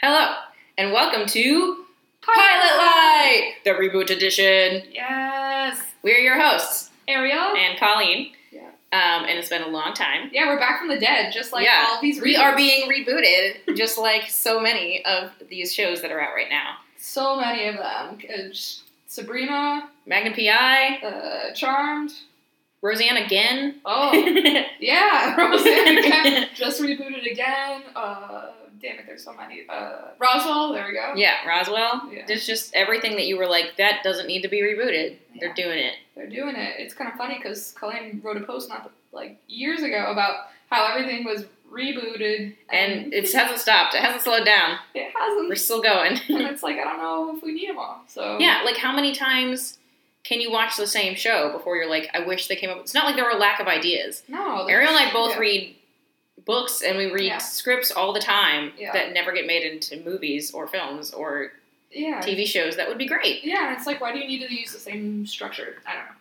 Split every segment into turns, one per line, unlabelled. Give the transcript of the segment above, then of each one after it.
Hello, and welcome to
Pilot
Pilot Light, the reboot edition.
Yes.
We're your hosts,
Ariel.
and Colleen.
Yeah.
Um, and it's been a long time.
yeah, we're back from the dead, just like
Yeah.
all these.
We are
remakes.
being rebooted, just like so many of these shows that are out right now.
so many of them. Uh, sh- Sabrina,
Magnum PI,
uh, Charmed.
Roseanne again.
Oh, yeah, Roseanne again. just rebooted again. Uh, damn it, there's so many. Uh, Roswell, there we go.
yeah, Roswell.
Yeah.
There's just everything that you were like, that doesn't need to be rebooted. They're
Yeah.
doing it.
They're doing it. It's kind of funny because Colleen wrote a post not like years ago about how everything was rebooted
And it hasn't stopped, it hasn't slowed down.
it hasn't.
We're still going.
and it's like I don't know if we need them all. So
Yeah, like how many times can you watch the same show before you're like, I wish they came up? It's not like there were a lack of ideas.
no. there's-
Ariel and I both
Oh, yeah.
read books and we read
Yeah.
scripts all the time
Yeah.
that never get made into movies or films or
Yeah.
TV shows. That would be great.
Yeah, and it's like, why do you need to use the same structure? I don't know.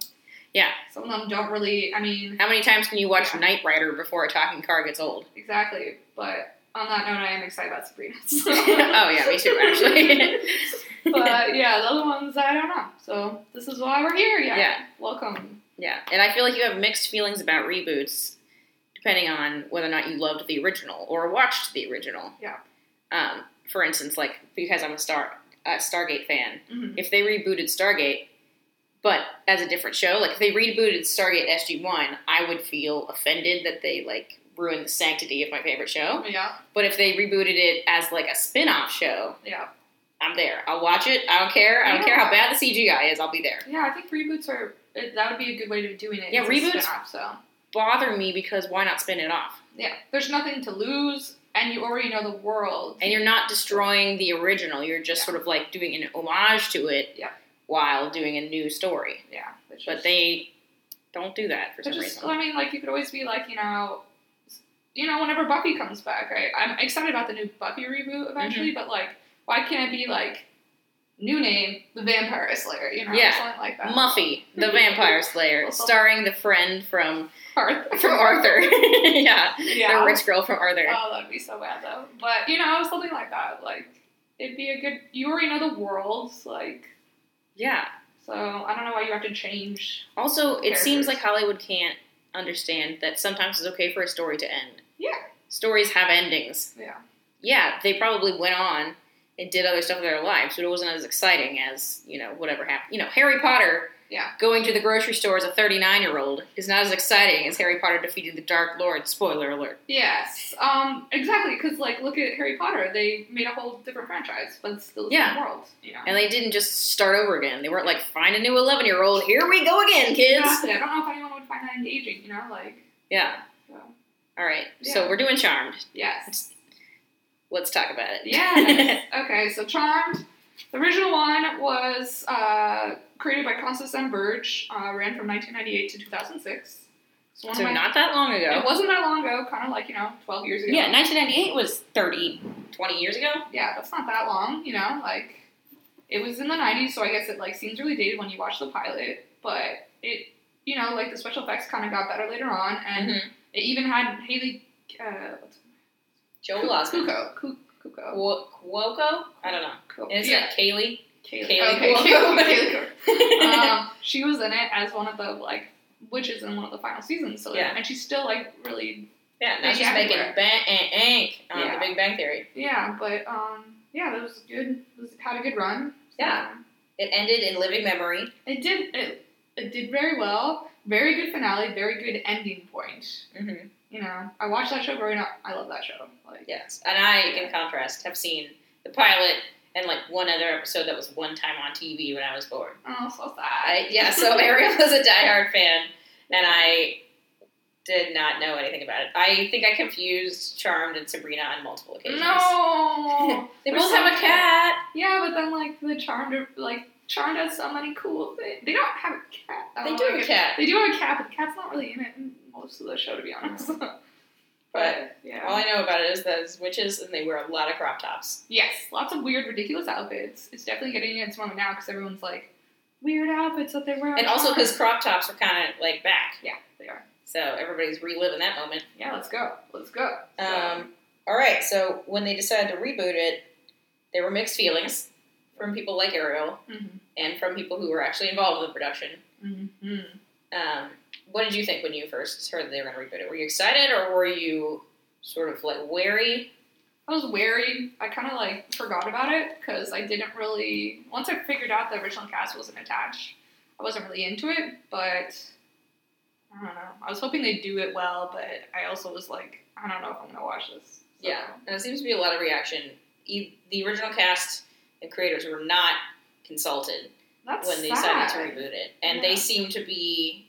So.
Yeah.
Some of them don't really. I mean,
How many times can you watch
Yeah.
Knight Rider before a talking car gets old?
exactly. But on that note, I am excited about Sabrina. so.
oh yeah, me too actually.
but yeah, the other ones I don't know. So this is why we're here. Yeah.
Yeah.
Welcome.
yeah, and I feel like you have mixed feelings about reboots depending on whether or not you loved the original or watched the original.
Yeah.
Um, for instance, like because I'm a Star a Stargate fan,
Mhm.
if they rebooted Stargate, but as a different show, like if they rebooted Stargate SG One, I would feel offended that they like ruined the sanctity of my favorite show.
Yeah.
But if they rebooted it as like a spin off show,
Yeah.
I'm there. I'll watch it. I don't care. I don't
Yeah.
care how bad the CGI is. I'll be there.
Yeah. I think reboots are. It, that would be a good way to doing it.
Yeah,
It's a
reboots-
spin-off, so
Bother me because why not spin it off?
yeah, there's nothing to lose, and you already know the world.
And you're not destroying the original. You're just
Yeah.
sort of like doing an homage to it
Yeah.
while doing a new story.
yeah. Which
But
is-
they don't do that for some
But just,
reason.
I mean, like you could always be like, you know, you know, whenever Buffy comes back, I, I'm excited about the new Buffy reboot
Mm-hmm.
eventually. But like, why can't it be like new name, the Vampire Slayer? You know,
Yeah.
something like that.
Muffy, the Vampire Slayer,
Also-
starring the friend from
Arthur.
from Arthur. yeah.
Yeah.
The rich girl from Arthur.
Oh, that'd be so bad though. But you know, something like that. Like, it'd be a good. You already know the worlds, like.
yeah.
So I don't know why you have to change.
Also, it
Characters.
seems like Hollywood can't understand that sometimes it's okay for a story to end.
Yeah.
Stories have endings.
Yeah.
Yeah, they probably went on and did other stuff with their lives, but it wasn't as exciting as, you know, whatever happened. You know, Harry Potter
Yeah.
going to the grocery store as a 39 year old is not as exciting as Harry Potter defeating the Dark Lord. Spoiler alert.
Yes. Um. Exactly. Because like, look at Harry Potter. They made a whole different franchise, but it's still the
Yeah.
same world. You know.
And they didn't just start over again. They weren't like, find a new 11 year old. Here we go again, kids.
Exactly. I don't know if anyone would find that engaging, you know? Like,
Yeah.
so,
All right. So
Yeah.
we're doing Charmed.
yes.
Let's talk about it.
Yes. okay, so Charmed. The original one was uh, created by Constance M. Burge, uh, ran from 1998 to 2006. It's one of
so
Oh my-
not that long ago.
It wasn't that long ago, kind of like, you know, 12 years ago.
Yeah, 1998 was 30, 20 years ago.
yeah, that's not that long, you know, like it was in the 90s, so I guess it like seems really dated when you watch the pilot, but it, you know, like the special effects kind of got better later on, and
Mm-hmm.
it even had Haley, uh, what's-
Joe Lasco.
Kuko, Ku- Kuko,
Cuoco? I don't know.
Cool.
Is
yeah.
it Kaylee?
Kaylee.
Kaylee
Okay,
Cuoco.
Kaylee Cuoco. um, she was in it as one of the like witches in one of the final seasons. So
Yeah.
and she's still like really
yeah, now
Big
she's making
everywhere.
bank and ink on
Yeah.
the Big Bang Theory.
yeah, but um yeah, that was good. It was, had a good run. So,
Yeah. It ended in living memory.
It did it, it did very well. Very good finale. Very good ending point.
Mm-hmm.
You know, I watched that show growing up. I love that show. Like
Yes. And I, in contrast, have seen the pilot and like one other episode that was one time on TV when I was bored.
oh, so sad.
I, yeah, so Ariel is a diehard fan, and I did not know anything about it. I think I confused Charmed and Sabrina on multiple occasions.
No.
They
There's
both
so
have a
many-
cat.
yeah, but then like the charmed are- like charmed has so many cool things. They don't have a cat. I
They
don't
do
like
have a
it.
cat.
They do have a cat, but the cat's not really in it in most of the show, to be honest. but yeah.
All I know about it is those witches, and they wear a lot of crop tops.
Yes, lots of weird, ridiculous outfits. It's definitely getting its moment now because everyone's like, weird outfits that they wear. on
And also
Charmed."
because crop tops are kind of like back,
yeah, they are.
so everybody's reliving that moment.
Yeah, let's go. Let's go. So,
Um, All right, so when they decided to reboot it, there were mixed feelings from people like Ariel
Mhm.
and from people who were actually involved in the production.
Mm-hmm.
Um, what did you think when you first heard that they were going to reboot it? Were you excited or were you sort of like wary?
I was wary. I kind of like forgot about it because I didn't really. Once I figured out the original cast wasn't attached, I wasn't really into it. But I don't know. I was hoping they'd do it well, but I also was like, I don't know if I'm gonna watch this. So,
Yeah, and there seems to be a lot of reaction. E- The original cast and creators were not consulted
that's
when they
sad.
decided to reboot it, and they
Yeah.
seem to be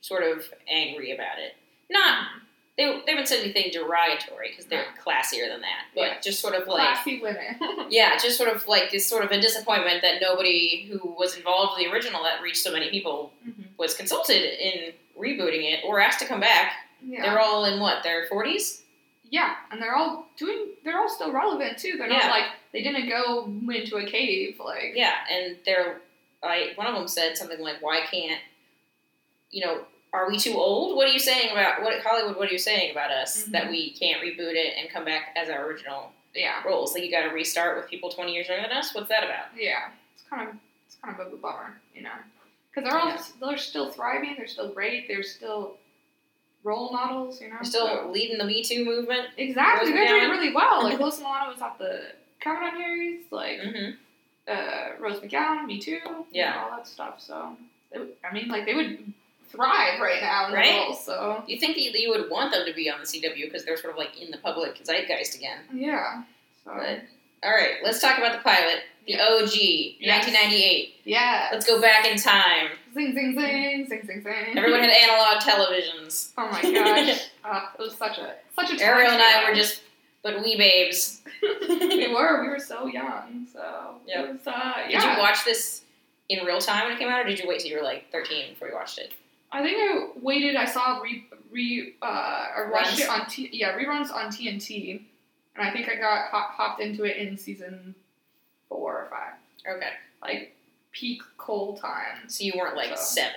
sort of angry about it. Not they, they haven't said anything derogatory because they're classier than that, but
Yeah.
just sort of like
Classy women.
yeah, just sort of like this sort of a disappointment that nobody who was involved in the original that reached so many people
Mhm.
was consulted in rebooting it or asked to come back.
yeah.
They're all in what their forties.
Yeah, and they're all doing. They're all still relevant too. They're
Yeah.
not like they didn't go into a cave. Like
Yeah, and they're I one of them said something like, "Why can't you know? Are we too old? What are you saying about what Hollywood? What are you saying about us
Mhm.
that we can't reboot it and come back as our original
yeah,
roles? Like you got to restart with people twenty years younger than us. What's that about?"
yeah. It's kind of it's kind of a bummer, you know, because they're all
Yeah.
they're still thriving. They're still great. They're still role models, you know.
We're still
so-
leading the Me Too movement.
exactly. They're doing
Roseanne.
really well. Like Alyssa Milano was at the Kavanaugh hearings. Like
hmm
uh, Rose McGowan, Me Too. you
Yeah.
know, all that stuff. So it, I mean, like they would thrive right now in
Right?
the role. So
You think that you would want them to be on the CW because they're sort of like in the public zeitgeist again.
yeah. So
But all right, let's talk about the pilot, the
Yeah.
OG,
Yes.
1998.
yeah.
Let's go back in time.
Zing, zing, zing, zing, zing, zing.
Everyone had analog televisions.
Oh my gosh, uh, it was such a such a. time
Ariel and I
span.
were just but wee babes.
we
Did
were we were so young, so
Yep.
it was, uh, yeah.
you watch this in real time when it came out, or did you wait till you were like 13 before you watched it?
I think I waited. I saw re re uh, I watched it on T yeah reruns on TNT, and I think I got hop- hopped into it in season four or five,
Okay,
like peak Cole times.
so you weren't like
So.
seven.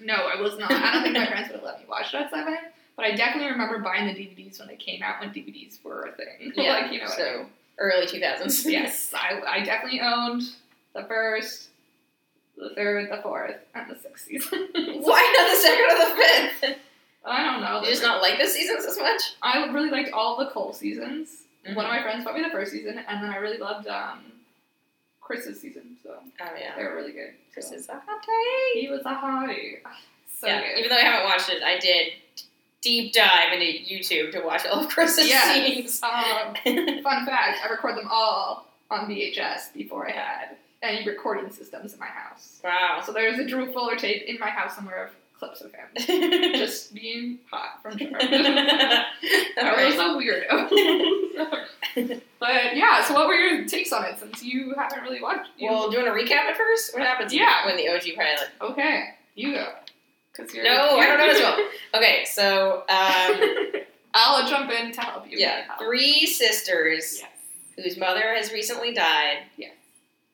No, I was not. I don't think my parents would have let me watch it at seven. But I definitely remember buying the DVDs when they came out when DVDs were a thing.
Yeah,
like you know. what I
so
mean?
early 2000s.
yes, I, I definitely owned the first, the third, the fourth, and the sixth season.
Why not the second or the fifth?
I don't know.
You just not like the seasons as much?
I really liked all the Cole seasons. One
Mm-hmm.
of my friends bought me the first season, and then I really loved um, Chris's season. So
Oh yeah,
they were really good. So-
Chris is a hot take.
He was a hottie. So
yeah,
good.
even though I haven't watched it, I did deep dive into YouTube to watch all of Chris's
Yes. Um,
scenes.
fun fact: I record them all on VHS before I had any recording systems in my house.
wow.
So there's a Drew Fuller tape in my house somewhere of clips of him. just being hot from Charm. I was
Alright.
a weirdo. but yeah, so what were your takes on it since you haven't really watched? You,
Well, do you want to recap it first? What happens
Yeah.
when the OG pilot?
okay, you go. Cause you're,
No, I don't know as well. Okay, so um,
I'll jump in. Tell you.
yeah, three sisters
Yes.
whose mother has recently died
Yes.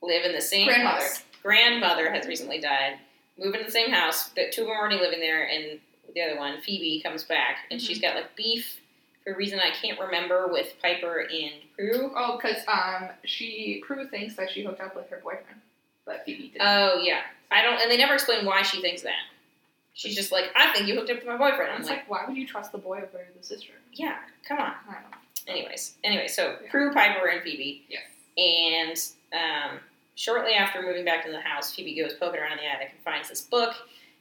live in the same
Grandmother.
house. Grandmother has recently died. Move into the same house. The two of them are already living there, and the other one, Phoebe, comes back, and she's
Mm-hmm.
got like beef for a reason I can't remember with Piper and Prue.
Oh, cause um, she Prue thinks that she hooked up with her boyfriend, but Phoebe didn't.
Oh yeah, I don't, and they never explain why she thinks that. She's just like, I think you hooked up to my boyfriend.
I
I'm
was
like,
like, why would you trust the boy over the sister?
yeah, come on.
I don't know.
Anyways, anyway, so
Yeah.
Prue, Piper, and Phoebe,
Yes.
and um, shortly after moving back to the house, Phoebe goes poking around in the attic and finds this book.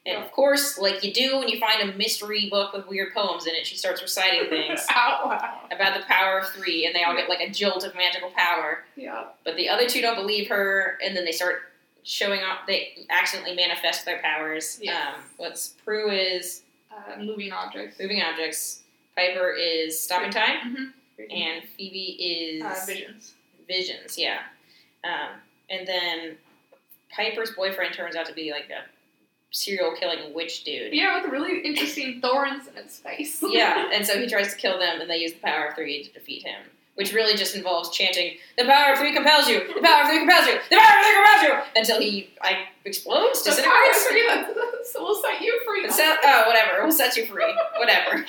And of course, like you do when you find a mystery book with weird poems in it, she starts reciting things
Out loud.
about the power of three, and they all get like a jolt of magical power.
Yeah.
But the other two don't believe her, and then they start showing up. They accidentally manifest their powers.
Yes.
Um, what's Prue is
Uh, moving objects.
moving objects, Piper is stopping time,
Mhm.
and Phoebe is
uh, visions.
visions. Yeah, um, and then Piper's boyfriend turns out to be like a serial killing witch dude.
Yeah, with really interesting thorns in its face.
yeah, and so he tries to kill them, and they use the power of three to defeat him. which really just involves chanting, "The power of three compels you. The power of three compels you. The power of three compels you," until he I explodes.
The
Does it
power
explode?
free that- so we'll set you free.
It sound- oh, whatever. We'll set you free. Whatever.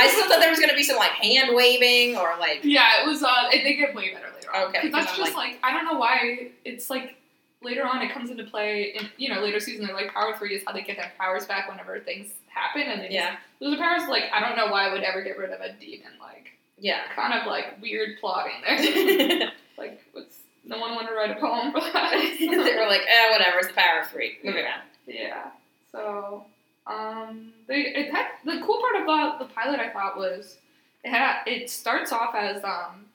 I still thought there was going to be some like hand waving or like.
Yeah, it was. Uh, I think it way better later on.
Okay,
because that's
because I'm
just like, I don't know why it's like later on it comes into play. In, you know, later season they're like power three is how they get their powers back whenever things happen, and they
Yeah.
just, those are powers like I don't know why I would ever get rid of a demon. Like
Yeah.
kind of like weird plotting there.
they
like what's no one want to write a poem for that?
were like, eh, whatever. It's the power of three. Moving on.
Yeah. So, um, they it had, the cool part about the pilot I thought was it had it starts off as um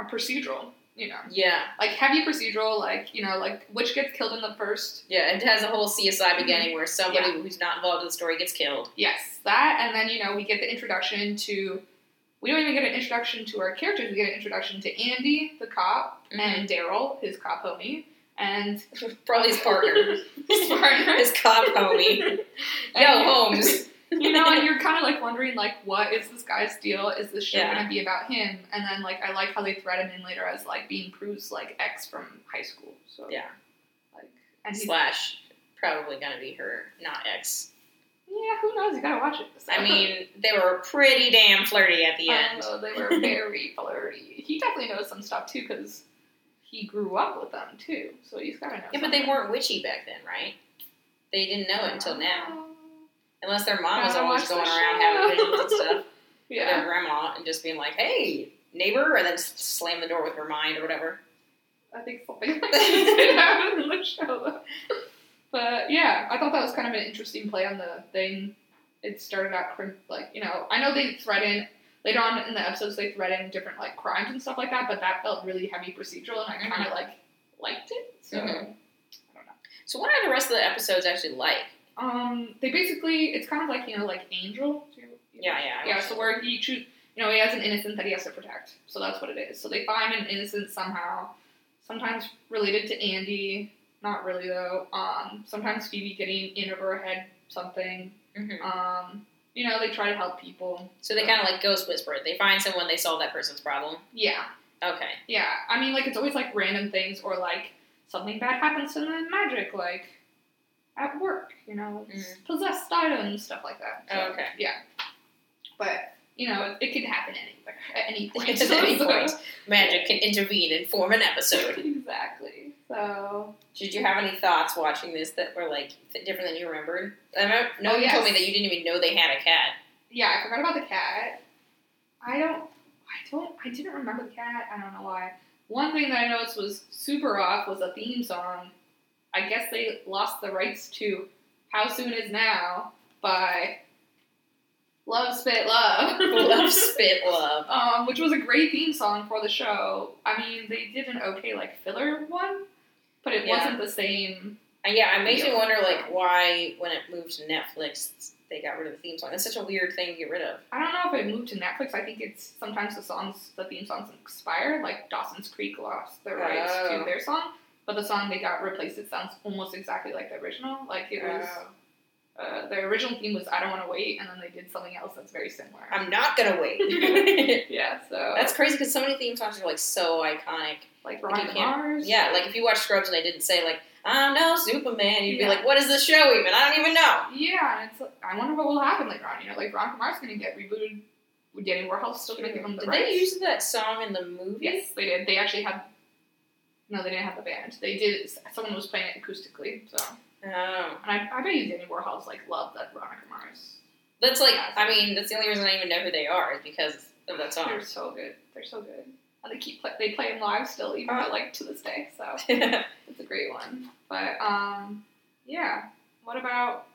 a procedural, you know,
Yeah.
like heavy procedural, like you know, like which gets killed in the first.
Yeah. It has a whole CSI
Mm-hmm.
beginning where somebody who's not involved in the story gets killed.
Yes, that, and then you know we get the introduction to. We don't even get an introduction to our characters. We get an introduction to Andy, the cop, and Daryl, his cop homie, and
Probably his partner.
his partner.
his cop homie. Yo, Holmes.
you know, and you're kind of like wondering, like, what is this guy's deal? Is this show
Yeah.
gonna be about him? And then, like, I like how they thread him in later as like being Prue's like ex from high school. So
Yeah.
like, and he's,
Slash, probably going to be her, not ex.
yeah, who knows? You gotta watch it. So.
I mean, they were pretty damn flirty at the end.
Oh, they were very flirty. He definitely knows some stuff too because he grew up with them too. So he's gotta know.
Yeah, but they
something.
weren't witchy back then, right? They didn't know it until now.
Oh.
Unless their mom was
Gotta
always
watch the
going around
show.
having visions and stuff with
Yeah.
their grandma and just being like, hey, neighbor, and then s- slam the door with her mind or whatever.
I think something like that did happen in the show. though. But yeah, I thought that was kind of an interesting play on the thing. It started out crim- like you know, I know they thread in later on in the episodes they thread in different like crimes and stuff like that, but that felt really heavy procedural, and I kind of like liked it. So
Mhm. So, what are the rest of the episodes actually like?
um, they basically it's kind of like you know like Angel. do you-
Yeah, yeah. I
Yeah,
watched
so
it.
where he choose, you know, he has an innocent that he has to protect. So that's what it is. So they find an innocent somehow, sometimes related to Andy, not really though. Um, sometimes Phoebe getting in over her head something.
Mhm.
Um, you know, they try to help people.
So, they kind of like ghost whisper. They find someone, they solve that person's problem.
Yeah,
Okay.
yeah. I mean, like it's always like random things or like something bad happens to them in magic, like at work. You know, it's possessed items, stuff like that. So,
Mm-hmm. Oh, Okay.
Yeah, but you know, it, it could happen anywhere at any point.
At any
So-
point. Magic can intervene and form an episode.
Exactly. So
Did you have any thoughts watching this that were like th- different than you remembered? I remember, no,
Oh,
you told me
yes.
that you didn't even know they had a cat.
yeah, I forgot about the cat. I don't. I don't. I didn't remember the cat. I don't know why. One thing that I noticed was super off was a theme song. I guess they lost the rights to "How Soon Is Now" by Love Spit Love.
Love, spit, love.
Um, which was a great theme song for the show. I mean, they did an okay like filler one, but it
Yeah.
wasn't the same.
And Uh, yeah, it makes me
Yeah.
wonder like why when it moved to Netflix they got rid of the theme song. That's such a weird thing to get rid of.
I don't know if it moved to Netflix. I think it's sometimes the songs, the theme songs expire. Like Dawson's Creek lost their rights
Oh.
to their song, but the song they got replaced. It sounds almost exactly like the original. Like it was,
Oh.
uh, their original theme was "I Don't Want to Wait," and then they did something else that's very similar.
I'm not gonna wait.
yeah, so
That's crazy because so many theme songs are like so iconic. like,
like
you
Ron to
can't-
Mars.
Yeah, like if you watch Scrubs and they didn't say like I'm no Superman, you'd
Yeah.
be like, what is this show even? I don't even know.
yeah, and it's. like- I wonder what will happen later on. You know, like Ron to Mars gonna get rebooted. Danny Warhol's still gonna give him the
Did
rights.
they use that song in the movie?
Yes, they did. They actually had. No, they didn't have the band. They did. Someone was playing it acoustically. So,
Oh.
and I, I bet you Danny Warhol's like loved that Veronica Mars.
That's like, I mean, that's the only reason I even know who they are is because of Oh, that song.
They're so good. They're so good. And they keep play, they play them live still, even though, like to this day. So
There's
it's a great one. But um, yeah. What about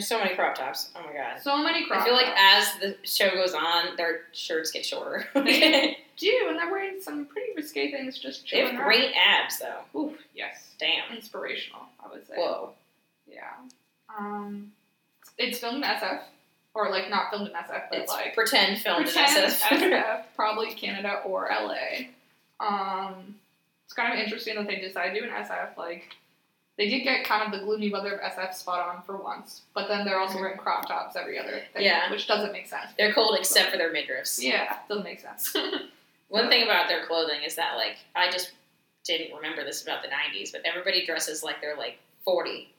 so many crop tops. Oh my god.
so many crop
I feel like
tops?
as the show goes on, their shirts get shorter. they
They- do, and they're wearing some pretty risque things. Just chilling
have
out.
great abs though.
Oof, yes,
Damn.
inspirational. I would say.
Whoa.
Yeah. Um, it's filmed in SF, or like not filmed in SF, but
It's
like
pretend filmed in
pretend
SF.
probably Canada or LA. Um, it's kind of interesting that they decided to do an SF. Like, They did get kind of the gloomy weather of SF spot on for once, but then they're also
Mhm.
wearing crop tops every other thing,
Yeah.
which doesn't make sense.
They're cold except for their midriffs.
Yeah, doesn't make sense.
One thing about their clothing is that like I just didn't remember this about the '90s, but everybody dresses like they're like 40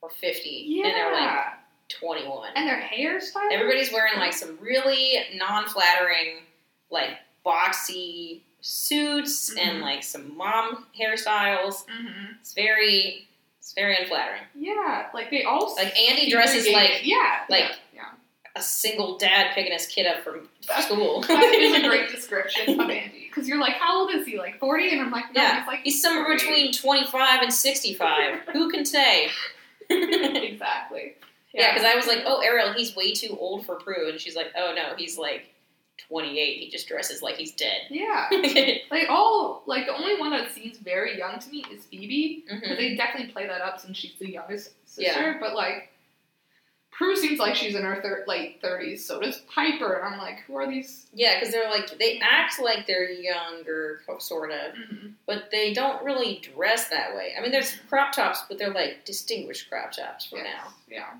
or 50,
yeah,
and they're like 21.
and their hairstyle.
Everybody's wearing like some really non-flattering, like boxy suits and
Mhm.
like some mom hairstyles.
hmm
It's very, it's very unflattering.
Yeah, like they all
Like Andy
seem
dresses
very
like
gay. yeah,
like-
yeah, yeah.
a single dad picking his kid up from school.
That is a great description of Andy. Because you're like, how old is he? Like 40? And I'm like, no,
Yeah.
he's like,
He's somewhere between 25 and 65. Who can say? yeah,
exactly.
because I was like, oh, Ariel, he's way too old for Prue. And she's like, oh, no, he's like 28. He just dresses like he's dead.
Yeah.
Mhm.
Like, all, like, the only one that seems very young to me is Phoebe. But
Mm-hmm.
they definitely play that up since she's the youngest sister. But, like, Prue seems like she's in her thir- late 30s. So does Piper. And I'm like, who are these?
Yeah, because they're like, they act like they're younger, sort of,
Mhm.
but they don't really dress that way. I mean, there's crop tops, but they're like distinguished crop tops for
Yes.
now.
Yeah.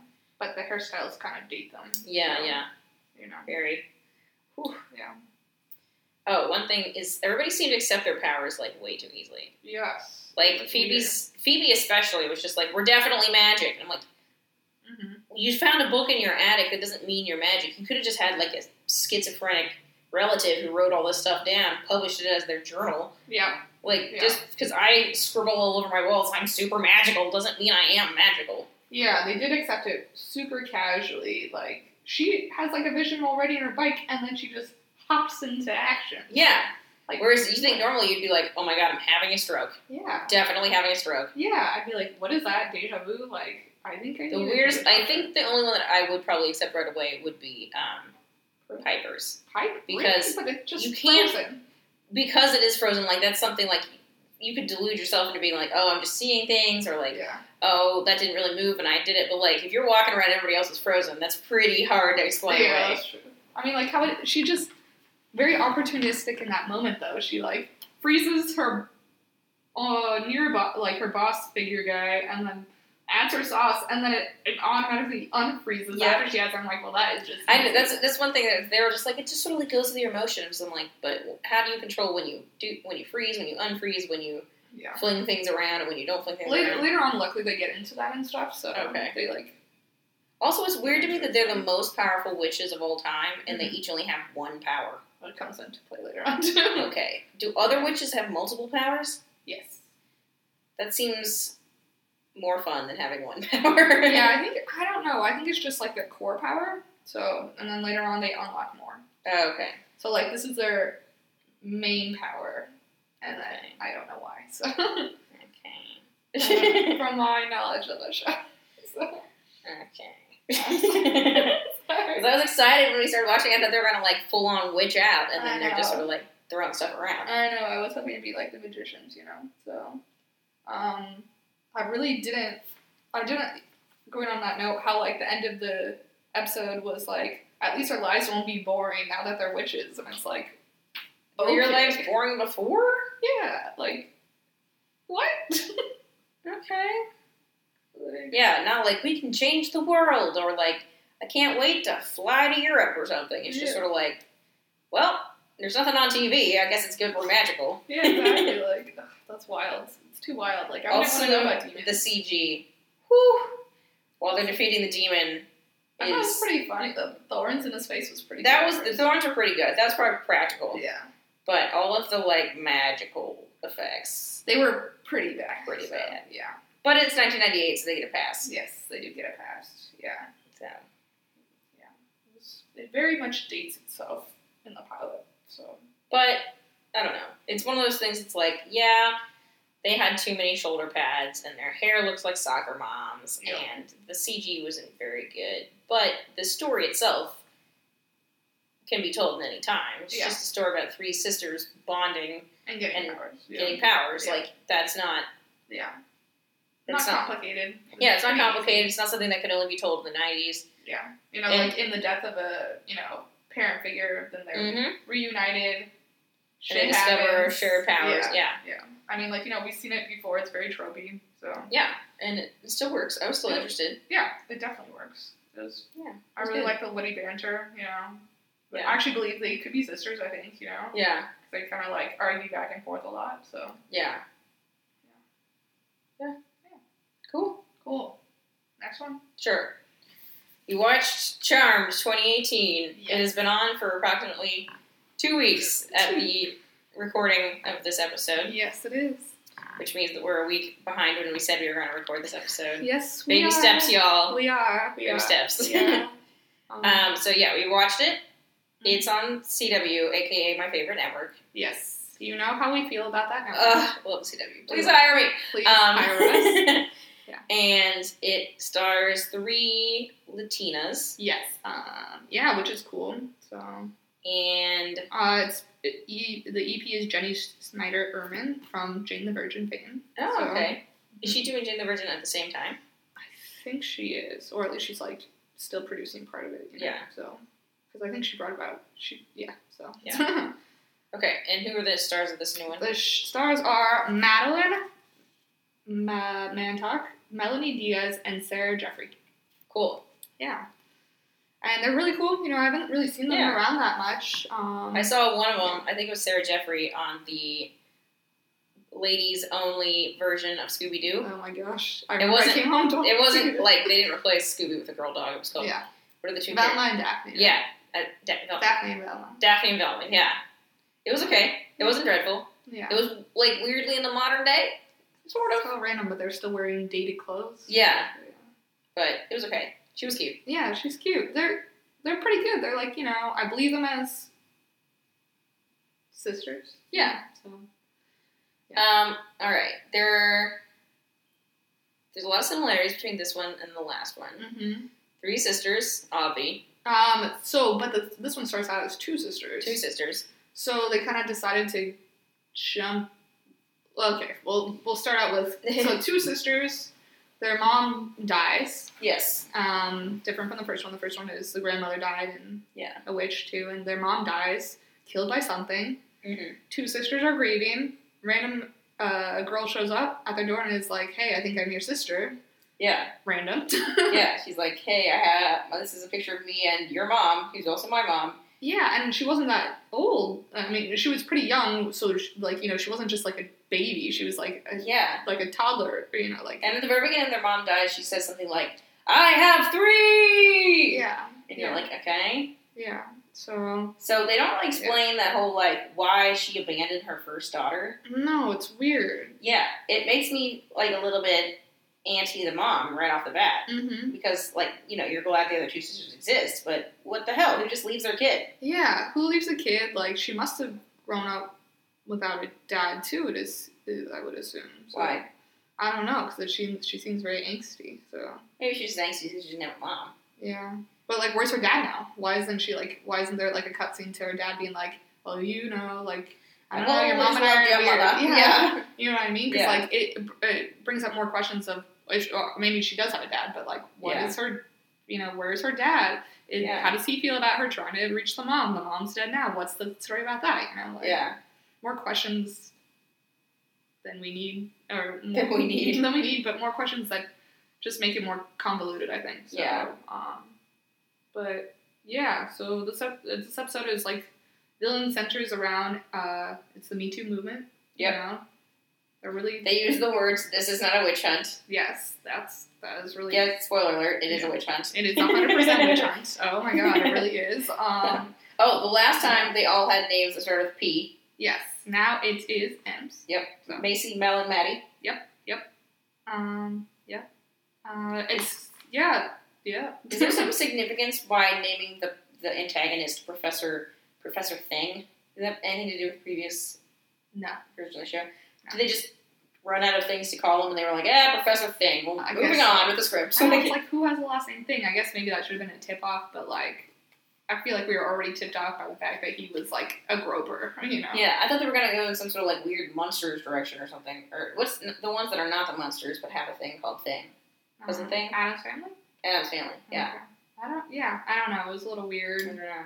But the hairstyles kind of date them.
Yeah, yeah.
You know?
Very. Whew.
Yeah.
Oh, one thing is everybody seemed to accept their powers like way too easily.
Yes.
Like Phoebe's Phoebe especially was just like, We're definitely magic and I'm like,
hmm
You found a book in your attic that doesn't mean you're magic. You could have just had like a schizophrenic relative who wrote all this stuff down, published it as their journal.
Yeah.
Like
Yeah.
just because I scribble all over my walls, I'm super magical doesn't mean I am magical.
Yeah, they did accept it super casually. Like she has like a vision already in her bike, and then she just hops into action.
Yeah.
Like
Whereas you think normally you'd be like, Oh my god, I'm having a stroke.
Yeah,
Definitely having a stroke.
yeah. I'd be like, what is that deja vu? Like I think I
The
need a
weirdest,
deja
I
vu.
think the only one that I would probably accept right away would be um, Piper's
Pipe
because
really? but it just
you can't-
frozen.
because it is frozen. Like that's something like you could delude yourself into being like, oh, I'm just seeing things, or like,
yeah,
oh, that didn't really move and I did it. But like, if you're walking around, and everybody else is frozen. That's pretty hard to explain
yeah,
away.
that's true. I mean, like how it, she just very opportunistic in that moment though. She like freezes her uh near bo- like her boss figure guy, and then. Adds her sauce, and then it, it automatically unfreezes
Yeah.
after she adds. I'm like, well, that is just.
I that's that's one thing that they were just like it just sort of like goes with your emotions. I'm like, but how do you control when you do when you freeze, when you unfreeze, when you
yeah.
fling things around, and when you don't fling things around?
Later, later on, luckily they get into that and stuff. So
Okay.
they like
Also, it's weird to me that they're the most powerful witches of all time, and
Mm-hmm.
they each only have one power.
what comes into play later on too.
Okay. Do other witches have multiple powers?
yes.
That seems more fun than having one power.
Yeah, I think I don't know. I think it's just like their core power. So and then later on they unlock more.
Oh, okay.
So like this is their main power, and then
Okay.
I don't know why. So
Okay.
from my knowledge of the show. So,
okay. 'Cause I was excited when we started watching. I thought they were gonna like full on witch out, and then
I
they're just
know.
sort
Uh,
of like throwing stuff around.
I know. I was hoping to be like the magicians, you know. So, um, I really didn't. I didn't. Going on that note, how like the end of the episode was like, at least our lives won't be boring now that they're witches, and it's like,
Were your
okay.
lives boring before?
yeah, like, what?
Okay. Yeah, not like we can change the world or like I can't wait to fly to Europe or something. It's just
Yeah.
sort of like, well, there's nothing on TV. I guess it's good we're magical.
yeah, exactly. Like, ugh, that's wild. It's too wild. Like, I don't
also,
want to know about demons.
the CG, whew, while they're defeating the demon,
I thought it was
is-
pretty funny. The thorns in his face was pretty.
that was
good.
the thorns were pretty good. That's probably practical,
yeah.
but all of the like magical effects.
They were pretty bad.
Pretty
so,
bad.
Yeah.
But it's 1998, so they get a pass.
Yes, they do get a pass. Yeah.
So
It very much dates itself in the pilot. So
But I don't know. It's one of those things. It's like, yeah, they had too many shoulder pads, and their hair looks like soccer moms,
Yeah.
and the CG wasn't very good. But the story itself can be told in any time. It's
Yeah.
just a story about three sisters bonding,
and getting
And
powers. Yeah.
getting powers.
Yeah.
Like that's not.
yeah.
That's
not
not.
complicated.
yeah, it's not
pretty easy.
complicated. It's not something that could only be told in the '90s.
Yeah. You know,
And-
like in the death of a you know parent figure, then they're
Mm-hmm.
reunited. Shit
And they discover
happens.
shared powers. Yeah.
I mean, like you know, we've seen it before. It's very tropey. So
yeah, and it still works. I was still
Yeah.
interested.
Yeah, it definitely works. It was,
Yeah,
I
it's
really
good.
like the witty banter, you know. But
Yeah.
I actually believe they could be sisters, I think, you know.
Yeah,
They kind of like argue back and forth a lot, so.
yeah, yeah,
Yeah.
Cool.
Cool. Next one.
Sure. You watched Charmed 2018. It
Yes.
has been on for approximately two weeks at the recording of this episode,
Yes, it is.
which means that we're a week behind when we said we were going to record this episode.
Yes, we
Baby
are.
steps, y'all.
We are. We
Baby
are.
steps.
Yeah. Um,
Um, so yeah, we watched it. It's on CW, aka my favorite network.
yes. You know how we feel about that now.
Ugh, love CW. Please hire me.
Please
Um,
hire us. Yeah.
And it stars three Latinas,
yes. Um, yeah, which is cool. So
and
uh, it's it, e, the EP is Jenny Snyder Ehrman from Jane the Virgin fame.
oh,
So, mm-hmm.
okay. Is she doing Jane the Virgin at the same time?
I think she is, or at least she's like still producing part of it. You know?
Yeah.
So because I think she brought about she yeah so
Okay, and who are the stars of this new one?
The sh- stars are Madeline Ma- Mantock, Melanie Diaz, and Sarah Jeffrey.
Cool.
Yeah. And they're really cool. You know, I haven't really seen them
Yeah.
around that much. Um,
I saw one of them. I think it was Sarah Jeffrey on the ladies only version of Scooby Doo.
oh my gosh. I, remember I
wasn't-
came home to
It wasn't like they didn't replace Scooby with a girl dog. It was called.
Oh, Yeah.
What are the two?
Velma and Daphne.
characters? Yeah. Uh, Da- Velma.
Daphne and Velma.
Daphne and Velma. Yeah. It was okay. It wasn't
Mm-hmm.
dreadful.
Yeah.
It was like weirdly in the modern day, sort
It's
of.
so random, but they're still wearing dated clothes.
Yeah, but it was okay. She was cute.
Yeah, she's cute. They're they're pretty good. They're like, you know, I believe them as sisters.
Yeah.
So
Um. All right. There. There's a lot of similarities between this one and the last one.
mm-hmm.
Three sisters, obvi.
Um. So, but the, this one starts out as two sisters.
Two sisters.
So they kind of decided to jump. well, Okay. Well, we'll start out with so two sisters. Their mom dies.
Yes.
Um, different from the first one. The first one is the grandmother died and
Yeah.
a witch too, and their mom dies, killed by something.
hmm
Two sisters are grieving. Random uh, a girl shows up at their door and is like, "Hey, I think I'm your sister."
Yeah.
Random.
Yeah. She's like, hey, I have. oh, This is a picture of me and your mom, who's also my mom.
Yeah, and she wasn't that old. I mean, she was pretty young, so she, like you know, she wasn't just like a baby. She was like a,
Yeah.
like a toddler, you know, like
And at the very beginning, their mom dies. She says something like, "I have three.
yeah,
And you're like, okay.
yeah. So
So they don't really explain that whole like why she abandoned her first daughter.
no, it's weird.
Yeah, it makes me like a little bit anti the mom right off the bat
hmm
because like you know you're glad the other two sisters exist, but what the hell? Who just leaves their kid?
Yeah, who leaves a kid? Like she must have grown up without a dad too. It is, I would assume. So,
Why?
I don't know, because she she seems very angsty. So
Maybe she's just angsty because she didn't have a mom.
Yeah. But like where's her dad now? Why isn't she like why isn't there like a cutscene to her dad being like, Well, you know, like I
"Oh,
don't know, your mom and I
Always
are
loved your mother.
weird.
Yeah.
You know what I mean? Because
Yeah.
like it, it brings up more questions of if, or maybe she does have a dad, but like what is
Yeah.
her you know, where's her dad? It,
Yeah.
How does he feel about her trying to reach the mom? The mom's dead now. What's the story about that? You know, like
Yeah,
more questions than we need, or more,
Than we need.
than we need, but more questions that just make it more convoluted. I think. So,
Yeah.
Um, but yeah, so this ep- this episode is like villain centers around uh, it's the Me Too movement.
Yep.
You know? They're really
they use the words "This is not a witch hunt."
yes, that's that is really
Yeah, spoiler alert: it is a witch hunt.
It is 100 percent witch hunt. Oh my god, it really is. Um,
Oh, the last time they all had names that started with P:
yes, now it is M's.
Macy, Mel, and Maddie.
Um, yeah. Uh, it's yeah, yeah.
Is there some significance why naming the the antagonist Professor Professor Thing? Does that have anything to do with previous
no?
versions of the show? Did they just run out of things to call him and they were like, ah, Professor Thing. Well,
I
moving
guess-
on with the script.
So
So they
it's like who has the last name thing? I guess maybe that should have been a tip off, but like, I feel like we were already tipped off by the fact that he was like a groper, you know?
yeah, I thought they were gonna go in some sort of like weird monsters direction or something. Or what's n- the ones that are not the monsters but have a thing called Thing? Was it Thing?
Um, Adam's family?
Adam's Family. Yeah.
Okay. I don't. Yeah, I don't know. It was a little
Mm-hmm. I don't
weird,
know.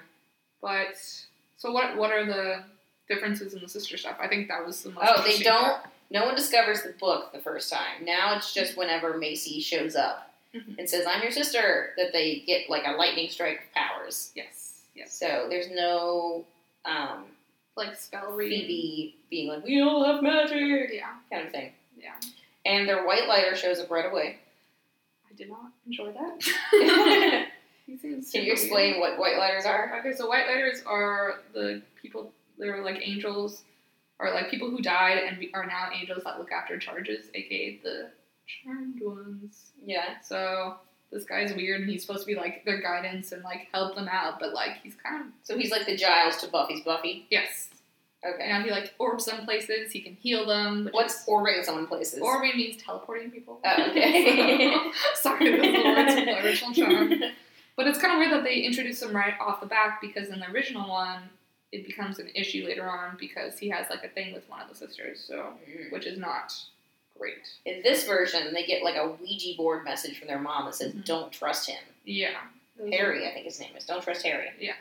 but so what? What are the differences in the sister stuff? I think that was the most.
Oh, they
interesting
don't
part.
No one discovers the book the first time. Now it's just whenever Macy shows up
Mhm.
and says, "I'm your sister," that they get like a lightning strike of powers.
Yes. Yes.
So there's no um,
Like spell reading.
Phoebe being like, "We all have magic,"
Yeah.
kind of thing.
Yeah.
And their white lighter shows up right away.
I did not enjoy that.
Can
He seems super
you explain what white lighters are?
weird. Okay, so white lighters are the people that are like angels, or like people who died and be- are now angels that look after charges, aka the charmed ones.
Yeah.
So this guy's weird, and he's supposed to be like their guidance and like help them out, but like he's kind of
So he's like the Giles to Buffy's Buffy.
yes.
Okay.
And he like orbs them places. He can heal them. Which
What's orbing someone places?
orbing means teleporting people.
Oh, okay.
Sorry, those little words from the original charm. But it's kind of weird that they introduced him right off the bat because in the original one, it becomes an issue later on because he has like a thing with one of the sisters, so which is not great.
In this version, they get like a Ouija board message from their mom that says,
Mhm.
"Don't trust him."
Yeah,
Harry, I think his name is. Don't trust Harry.
Yeah,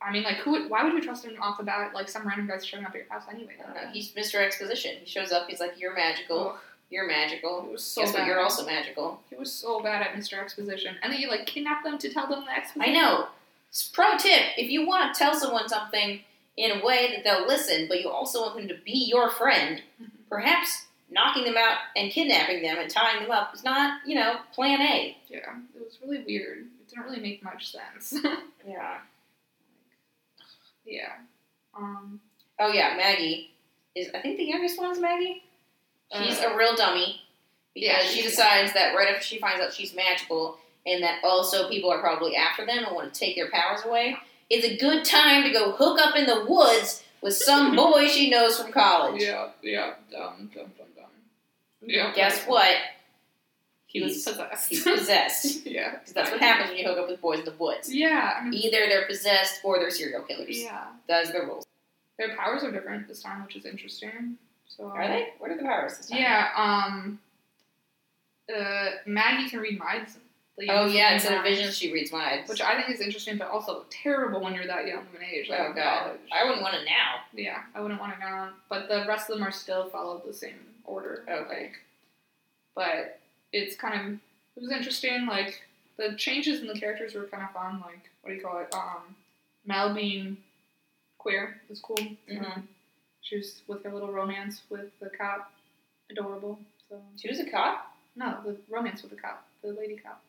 I mean, like, who? Would, why would you trust him off the bat? Like, some random guy's showing up at your house anyway.
I don't know. Uh, He's Mr. Exposition. He shows up. He's like, "You're magical.
Ugh,
You're magical.
it oh, was so
Mm-hmm. Guess
bad.
what? You're also magical."
He was so bad at Mr. Exposition, and then you like kidnap them to tell them the
I
exposition.
know. S- Pro tip: If you want to tell someone something in a way that they'll listen, but you also want them to be your friend,
Mhm.
perhaps knocking them out and kidnapping them and tying them up is not, you know, Plan A.
Yeah, it was really weird. It didn't really make much sense.
Yeah.
yeah. Um.
Oh yeah, Maggie is. I think the youngest one is Maggie. She's
Uh,
a real dummy because
yeah,
she
she's-
decides that right after she finds out she's magical and that also people are probably after them and want to take their powers away, it's a good time to go hook up in the woods with some boy she knows from college.
Yeah, yeah, dumb, dumb, dumb, dumb. Yeah.
Guess what?
Mm-hmm. He was
He's-
possessed.
He's possessed.
yeah.
'Cause that's what happens when you hook up with boys in the woods.
Yeah. I mean,
Either they're possessed or they're serial killers.
Mm-hmm. yeah.
Those are the rules.
Their powers are different this time, which is interesting. So
Are they? What are the powers this time?
Yeah. Um. Uh, Maggie can read minds. The
Oh
youngest
yeah,
can
instead of
read minds,
visions, she reads minds.
Which I think is interesting, but also terrible when you're that young of an age. Like
oh
in
god,
college.
I wouldn't want to now.
Yeah, I wouldn't want to know. But the rest of them are still followed the same order.
Okay.
Like, but it's kind of it was interesting. Like the changes in the characters were kind of fun. Like what do you call it? Um, Mel being queer is cool.
Mm-hmm.
Um, she was with her little romance with the cop, adorable. So
She was a cop.
no, the romance with the cop, the lady cop.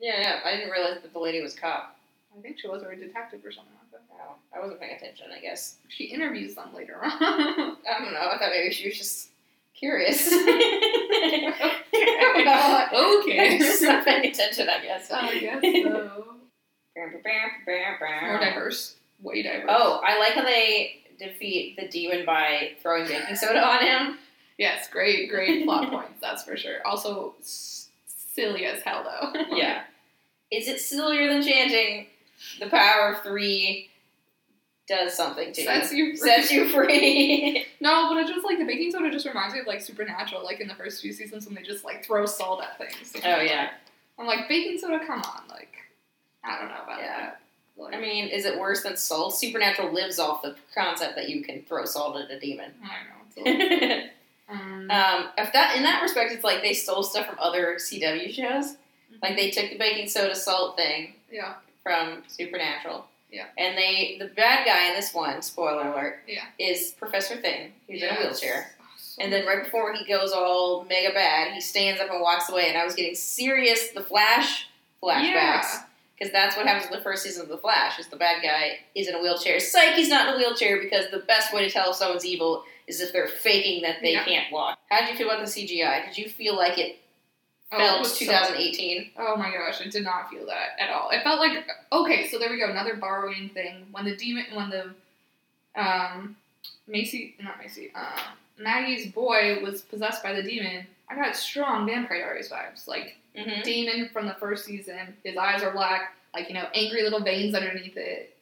Yeah, yeah. I didn't realize that the lady was a cop.
I think she was or a detective or something like that.
Wow. I wasn't paying attention, I guess.
She interviews them later on.
I don't know. I thought maybe she was just curious. I
okay.
just not paying attention, I guess.
I guess so. more diverse, way diverse.
Oh, I like how they defeat the demon by throwing baking soda on him.
yes, great, great plot points. That's for sure. Also, s- silly as hell though.
Yeah. Is it sillier than chanting the power of three does something to
Sets
you?
you free.
Sets you free.
No, but it just like the baking soda just reminds me of like Supernatural, like in the first few seasons when they just like throw salt at things.
oh, yeah.
I'm like baking soda, come on, like I don't know about
Yeah.
that. Like,
I mean, is it worse than salt? Supernatural lives off the concept that you can throw salt at a demon.
I don't know. It's
um,
a little, um,
if that in that respect, it's like they stole stuff from other CW shows. Like they took the baking soda salt thing
yeah,
from Supernatural.
Yeah.
And they the bad guy in this one, spoiler alert,
Yeah.
is Professor Thing, who's in a
Yes.
wheelchair.
Oh, so
And then right before he goes all mega bad, he stands up and walks away. And I was getting serious the Flash flashbacks.
Yeah.
Because that's what happens in the first season of The Flash, is the bad guy is in a wheelchair. Psych, he's not in a wheelchair because the best way to tell if someone's evil is if they're faking that they
Yeah.
can't walk. How did you feel about the CGI? Did you feel like it
Oh, it
felt
was so-
2018?
Oh my gosh, I did not feel that at all. It felt like okay, so there we go, another borrowing thing. When the demon, when the um, Macy, not Macy, uh, Maggie's boy was possessed by the demon. I got strong Vampire Diaries vibes, like
Mm-hmm.
demon from the first season. His eyes are black, like you know, angry little veins underneath it.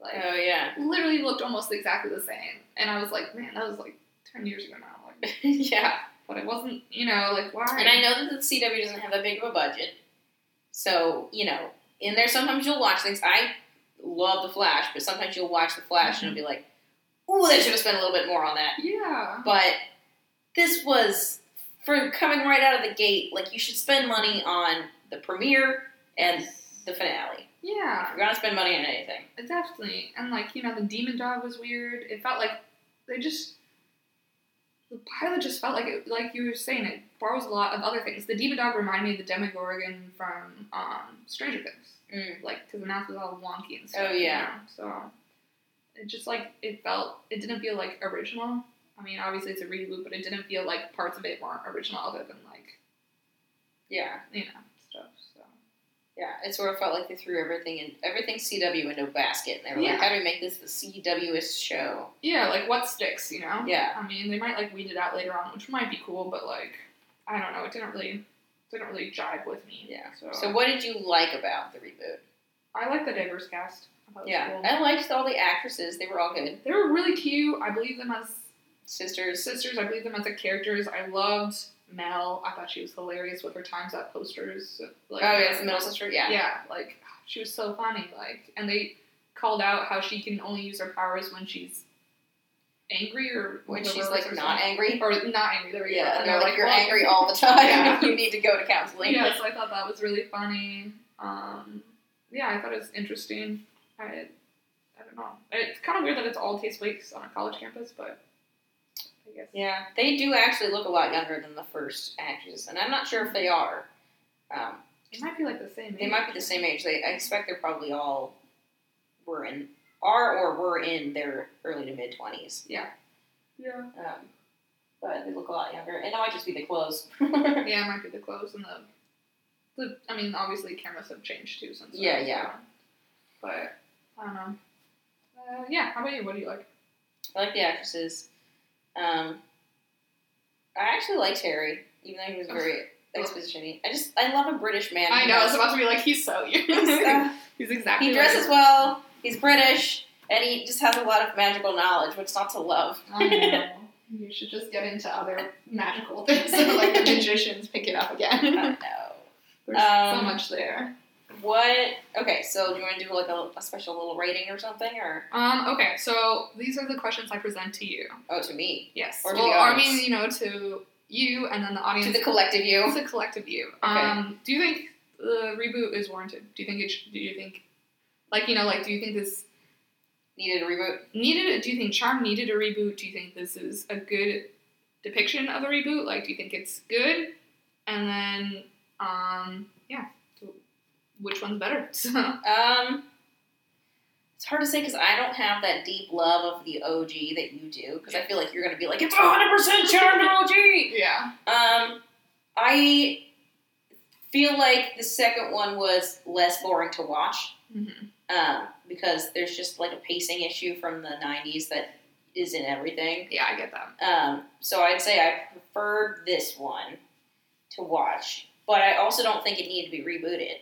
Like
Oh yeah,
literally looked almost exactly the same. And I was like, man, that was like ten years ago now. Like,
yeah.
but it wasn't, you know, like why?
And I know that the CW doesn't have that big of a budget, so you know, in there sometimes you'll watch things. I love The Flash, but sometimes you'll watch The Flash and it'll be like, "Ooh, they should have spent a little bit more on that."
yeah.
But this was for coming right out of the gate. Like you should spend money on the premiere and the finale. If
Yeah,
you're gonna spend money on anything.
definitely. And like you know, the demon dog was weird. It felt like they just the pilot just felt like it. Like you were saying, it borrows a lot of other things. The demon dog reminded me of the Demogorgon from um, Stranger Things.
Mm.
like because the mouth was all wonky and stuff.
Oh,
you
yeah.
know, So it just like it felt it didn't feel like original. I mean, obviously it's a reboot, but it didn't feel like parts of it weren't original other than like
Yeah,
you know stuff. So
yeah. It sort of felt like they threw everything in everything CW into a basket, and they were
Yeah.
like, "How do we make this the CW-ist show?"
yeah, like what sticks, you know?
Yeah,
I mean, they might like weed it out later on, which might be cool, but like I don't know, it didn't really didn't really jive with me.
yeah.
So,
So, what did you like about the reboot?
I like the diverse cast. I thought it was
Yeah,
cool.
I liked all the actresses. They were all good.
They were really cute. I believe them as
Sisters.
sisters. I believe them as the characters. I loved Mel. I thought she was hilarious with her Times Up posters. Like,
oh yes, the middle sister. Yeah.
Yeah, like she was so funny. Like, and they called out how she can only use her powers when she's angry or
When
the
she's
reverse
like
or
not
something.
angry.
or not angry. There we go.
Yeah,
And
they're like you're
well,
angry all the time.
Yeah.
you need to go to counseling.
Yeah, so I thought that was really funny. Um, yeah, I thought it was interesting. I, I don't know. It's kind of weird that it's all takes place on a college campus, but I guess.
Yeah, they do actually look a lot younger than the first actors, and I'm not sure if they are. Um,
It might be like the same. eh?
they might be the same age. They, I expect they're probably all were in are or were in their early to mid twenties.
Yeah.
Um, but they look a lot younger, and it might just be the clothes.
Yeah, it might be the clothes and the. the I mean, obviously, cameras have changed too since.
Yeah,
then,
yeah.
so. But I don't know. Uh, yeah. How about you? What do you like?
I like the actresses. Um, I actually liked Harry, even though he was very expositiony. I just I love a British man.
I
who
know. I
has-
was about to be like, he's so you. he's exactly.
He dresses well. He's British, and he just has a lot of magical knowledge, which not to love.
I know. You should just get into other magical things, so like the magicians pick it up again.
I know.
There's so
Um,
much there.
What? Okay, so do you want to do like a, a special little rating or something, or
Um. Okay. So these are the questions I present to you.
oh, to me,
Yes.
Or to
well,
the
I
audience.
mean, you know, to you and then the audience.
to the collective you.
It's a collective view. Um, do you think the reboot is warranted? Do you think it? Sh- do you think, like you know, like do you think this
Needed a reboot.
needed? Do you think Charm needed a reboot? Do you think this is a good depiction of a reboot? Like, do you think it's good? And then, um, yeah, so which one's better? So,
Um, it's hard to say because I don't have that deep love of the OG that you do. Because I feel like you're gonna be like it's 100 percent charmed OG.
yeah,
Um, I feel like the second one was less boring to watch.
Mhm.
um, because there's just like a pacing issue from the 90s that is in everything.
yeah, I get that.
Um, so I'd say I preferred this one to watch, but I also don't think it needed to be rebooted.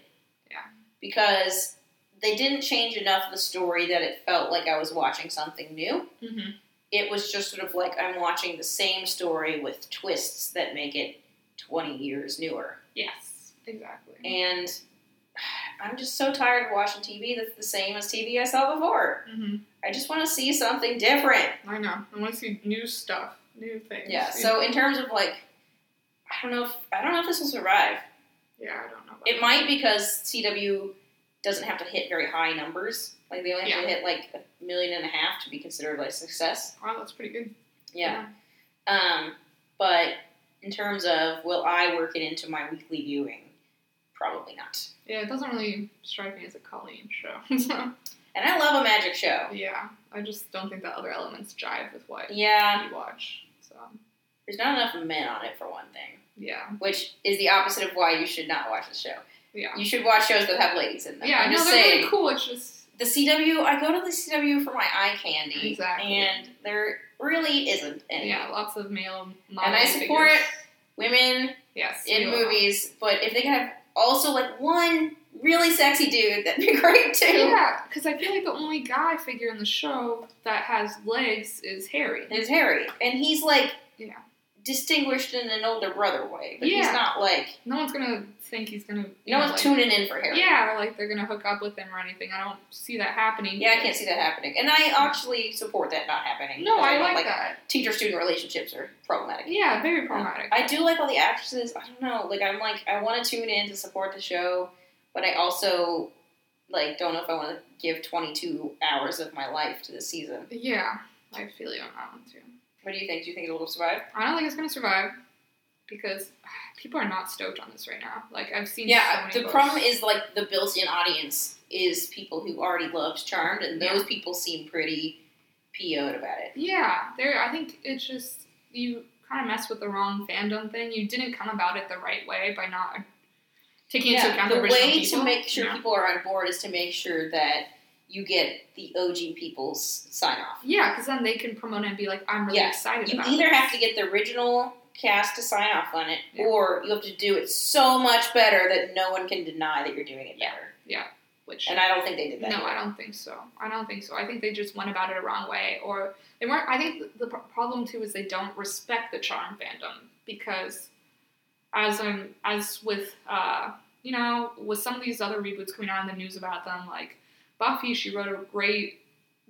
Yeah.
Because they didn't change enough of the story that it felt like I was watching something new.
Mm-hmm.
It was just sort of like I'm watching the same story with twists that make it 20 years newer.
Yes, exactly.
And I'm just so tired of watching TV that's the same as TV I saw before.
hmm
I just want to see something different.
I know. I want to see new stuff, new things.
Yeah. So in terms of like, I don't know if I don't know if this will survive.
yeah, I don't know. About
It might because CW doesn't have to hit very high numbers. Like they only have to hit like a million and a half to be considered like success.
Wow, that's pretty good.
Yeah. Um, but in terms of will I work it into my weekly viewing? Probably not.
Yeah, it doesn't really strike me as a Colleen show. So,
And I love a magic show.
yeah, I just don't think that other elements jive with what
Yeah,
you watch. So
there's not enough men on it for one thing,
yeah,
which is the opposite of why you should not watch the show.
yeah,
You should watch shows that have ladies in them.
yeah.
I'm
no,
just
they're
saying.
really cool. It's just
the CW, I go to the CW for my eye candy.
Exactly.
And there really isn't any
yeah, lots of male.
I
model
support
figures.
women
Yes,
in
we love.
movies, but if they could have also like one really sexy dude, that'd be great too.
Yeah, because I feel like the only guy figure in the show that has legs is Harry.
Is Harry. And he's like
Yeah.
distinguished in an older brother way, but he's
Yeah.
not like
No one's gonna think he's gonna.
no
you know,
one's
like-
tuning in for Harry.
Yeah, or like they're gonna hook up with him or anything. I don't see that happening.
Yeah, I can't see that happening, and I actually support that not happening.
No,
because
I
don't
like, that.
Teacher-student relationships are problematic.
Yeah, very problematic.
I do like all the actresses. I don't know. Like I'm like I want to tune in to support the show, but I also like don't know if I want to give 22 hours of my life to this season.
yeah, I feel you on that one too.
What do you think? Do you think it'll survive?
I don't think it's gonna survive because ah, people are not stoked on this right now. Like I've seen. so
Yeah,
many
the
posts.
problem is like the built-in audience is people who already loved Charmed, and those people seem pretty PO'd about it.
Yeah, there. I think it's just you kind of mess with the wrong fandom thing. You didn't come about it the right way by not taking into account
the
original
way
people,
to make sure
you know?
people are on board is to make sure that you get the OG people's sign off.
Yeah, because then they can promote it and be like, I'm really
Yeah,
excited
You
about
either
this.
have to get the original cast to sign off on it,
Yeah.
or you have to do it so much better that no one can deny that you're doing it
Yeah.
better.
which
And I don't think they did that.
no,
here.
I don't think so. I don't think so. I think they just went about it a wrong way, or they weren't. I think the pro- problem too is they don't respect the charm fandom because, as um, as with uh, you know, with some of these other reboots coming out in the news about them, like Buffy, she wrote a great,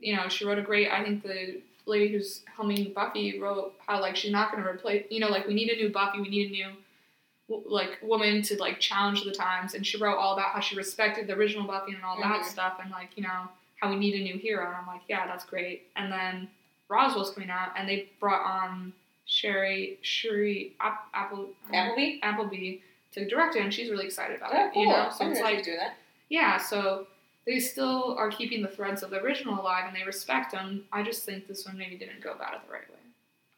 you know, she wrote a great. I think the lady who's helming Buffy wrote how like she's not going to replace, you know, like we need a new Buffy, we need a new w- like woman to like challenge the times and she wrote all about how she respected the original buffy and all that
Mhm.
stuff and like you know how we need a new hero and i'm like yeah that's great and then roswell's coming out and they brought on sherry sherry App- apple
Appleby?
appleby to direct it and she's really excited about
Oh,
it
cool.
you know so
I'm
it's
gonna
like
do that.
yeah so they still are keeping the threads of the original alive and they respect them i just think this one maybe didn't go about it the right way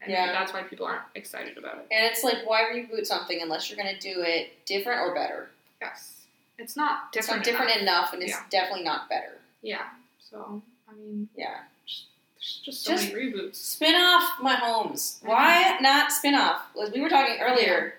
and
Yeah.
that's why people aren't excited about it
And it's like, why reboot something unless you're going to do it different or better?
yes it's not
It's not
different enough.
different enough, and it's
Yeah.
definitely not better.
Yeah. So I mean,
Yeah.
there's just so
Just-
many reboots.
Spin off my homes.
Mm-hmm.
Why not spin off? As we were talking earlier,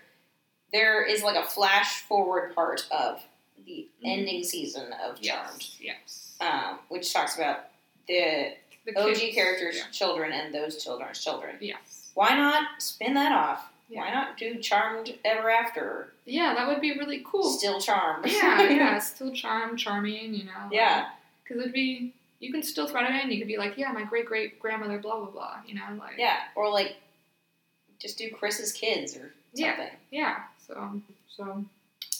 there is like a flash forward part of the
Mhm.
ending season of Charmed,
Yes. Yes.
um, which talks about the
The
OG
kids,
characters'
Yeah.
children and those children's children.
Yes.
Why not spin that off? Why
Yeah.
not do Charmed Ever After?
Yeah, that would be really cool.
Still Charmed.
yeah, yeah. Still charm, charming. You know.
Yeah.
Because it'd be you can still thread it in. You could be like, yeah, my great great grandmother, blah blah blah. You know, like
Yeah. Or like, just do Chris's kids or
Yeah.
something.
yeah. So so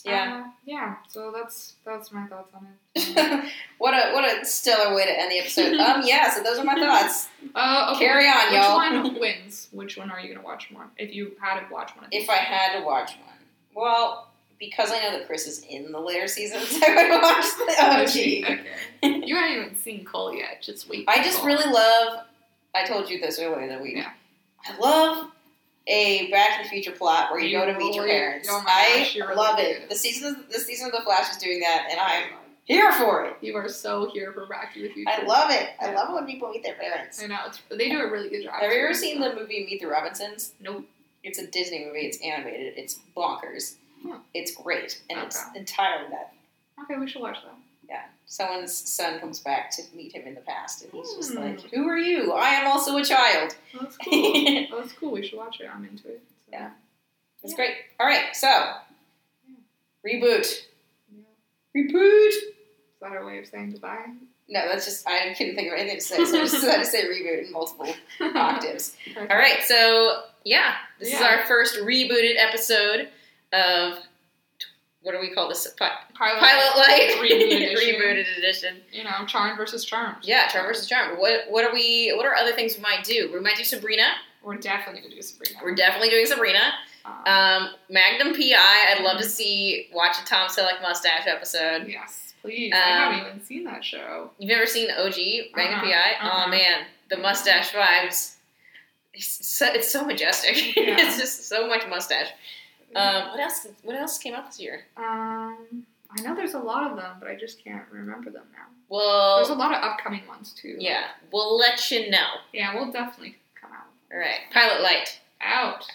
Yeah.
uh, yeah. So that's that's my thoughts on it.
what a what a stellar way to end the episode. um, yeah. So those are my thoughts.
uh, okay.
Carry on,
Which
y'all.
one wins? Which one are you gonna watch more? If you had to watch one, of
If
these.
I had to watch one, well, because I know that Chris is in the later seasons, I would watch
Oh,
the
gee,
OG.
okay. you haven't even seen Cole yet. Just wait.
I
for
just
Cole.
really love. I told you this earlier in the week.
Yeah.
I love a Back to the Future plot where you,
You
go to meet your
really-
parents.
oh my
I
gosh, you really
love
do.
it. The season, the season of the Flash is doing that, and I'm here for it.
You are so here for Back to the Future.
I love it. I
Yeah.
love when people meet their parents.
I know. It's, they do a really good job.
Have you
too,
ever seen
so.
the movie Meet the Robinsons?
Nope.
It's a Disney movie. It's animated. It's bonkers.
Huh.
It's great, and it's
Okay.
entirely that.
Okay, we should watch that.
Someone's son comes back to meet him in the past, and he's just
Hmm.
like, "Who are you? I am also a child."
Oh, that's cool. oh, that's cool. We should watch it. I'm into it. So,
Yeah. That's
Yeah.
great. All right, so reboot.
yeah.
Reboot.
Is that our way of saying goodbye?
No, that's just I couldn't think of anything to say, so I just had to say reboot in multiple octaves.
Okay.
All right, so yeah, this is
Yeah.
our first rebooted episode of what do we call this? Pi-
Pilot,
Pilot light
Reboot Uh, edition.
Rebooted edition.
You know, Charmed versus Charmed.
Yeah, Charm versus Charm. What what are we? What are other things we might do? We might do Sabrina.
We're definitely gonna do Sabrina.
We're definitely doing Sabrina.
Um,
Um, Magnum PI. I'd love to
Mm-hmm.
see watch a Tom Selleck mustache episode.
yes, please. I
um,
haven't even seen that show.
You've never seen OG Magnum
Uh-uh,
PI?
uh-uh.
Oh man, the mustache vibes. It's so, it's so majestic.
Yeah.
it's just so much mustache. Um, what else? What else came out this year?
Um, I know there's a lot of them, but I just can't remember them now. There's a
Well,
lot of upcoming ones too.
yeah, we'll let you know.
Yeah, we'll definitely come out.
All right, Pilot Light.
Out.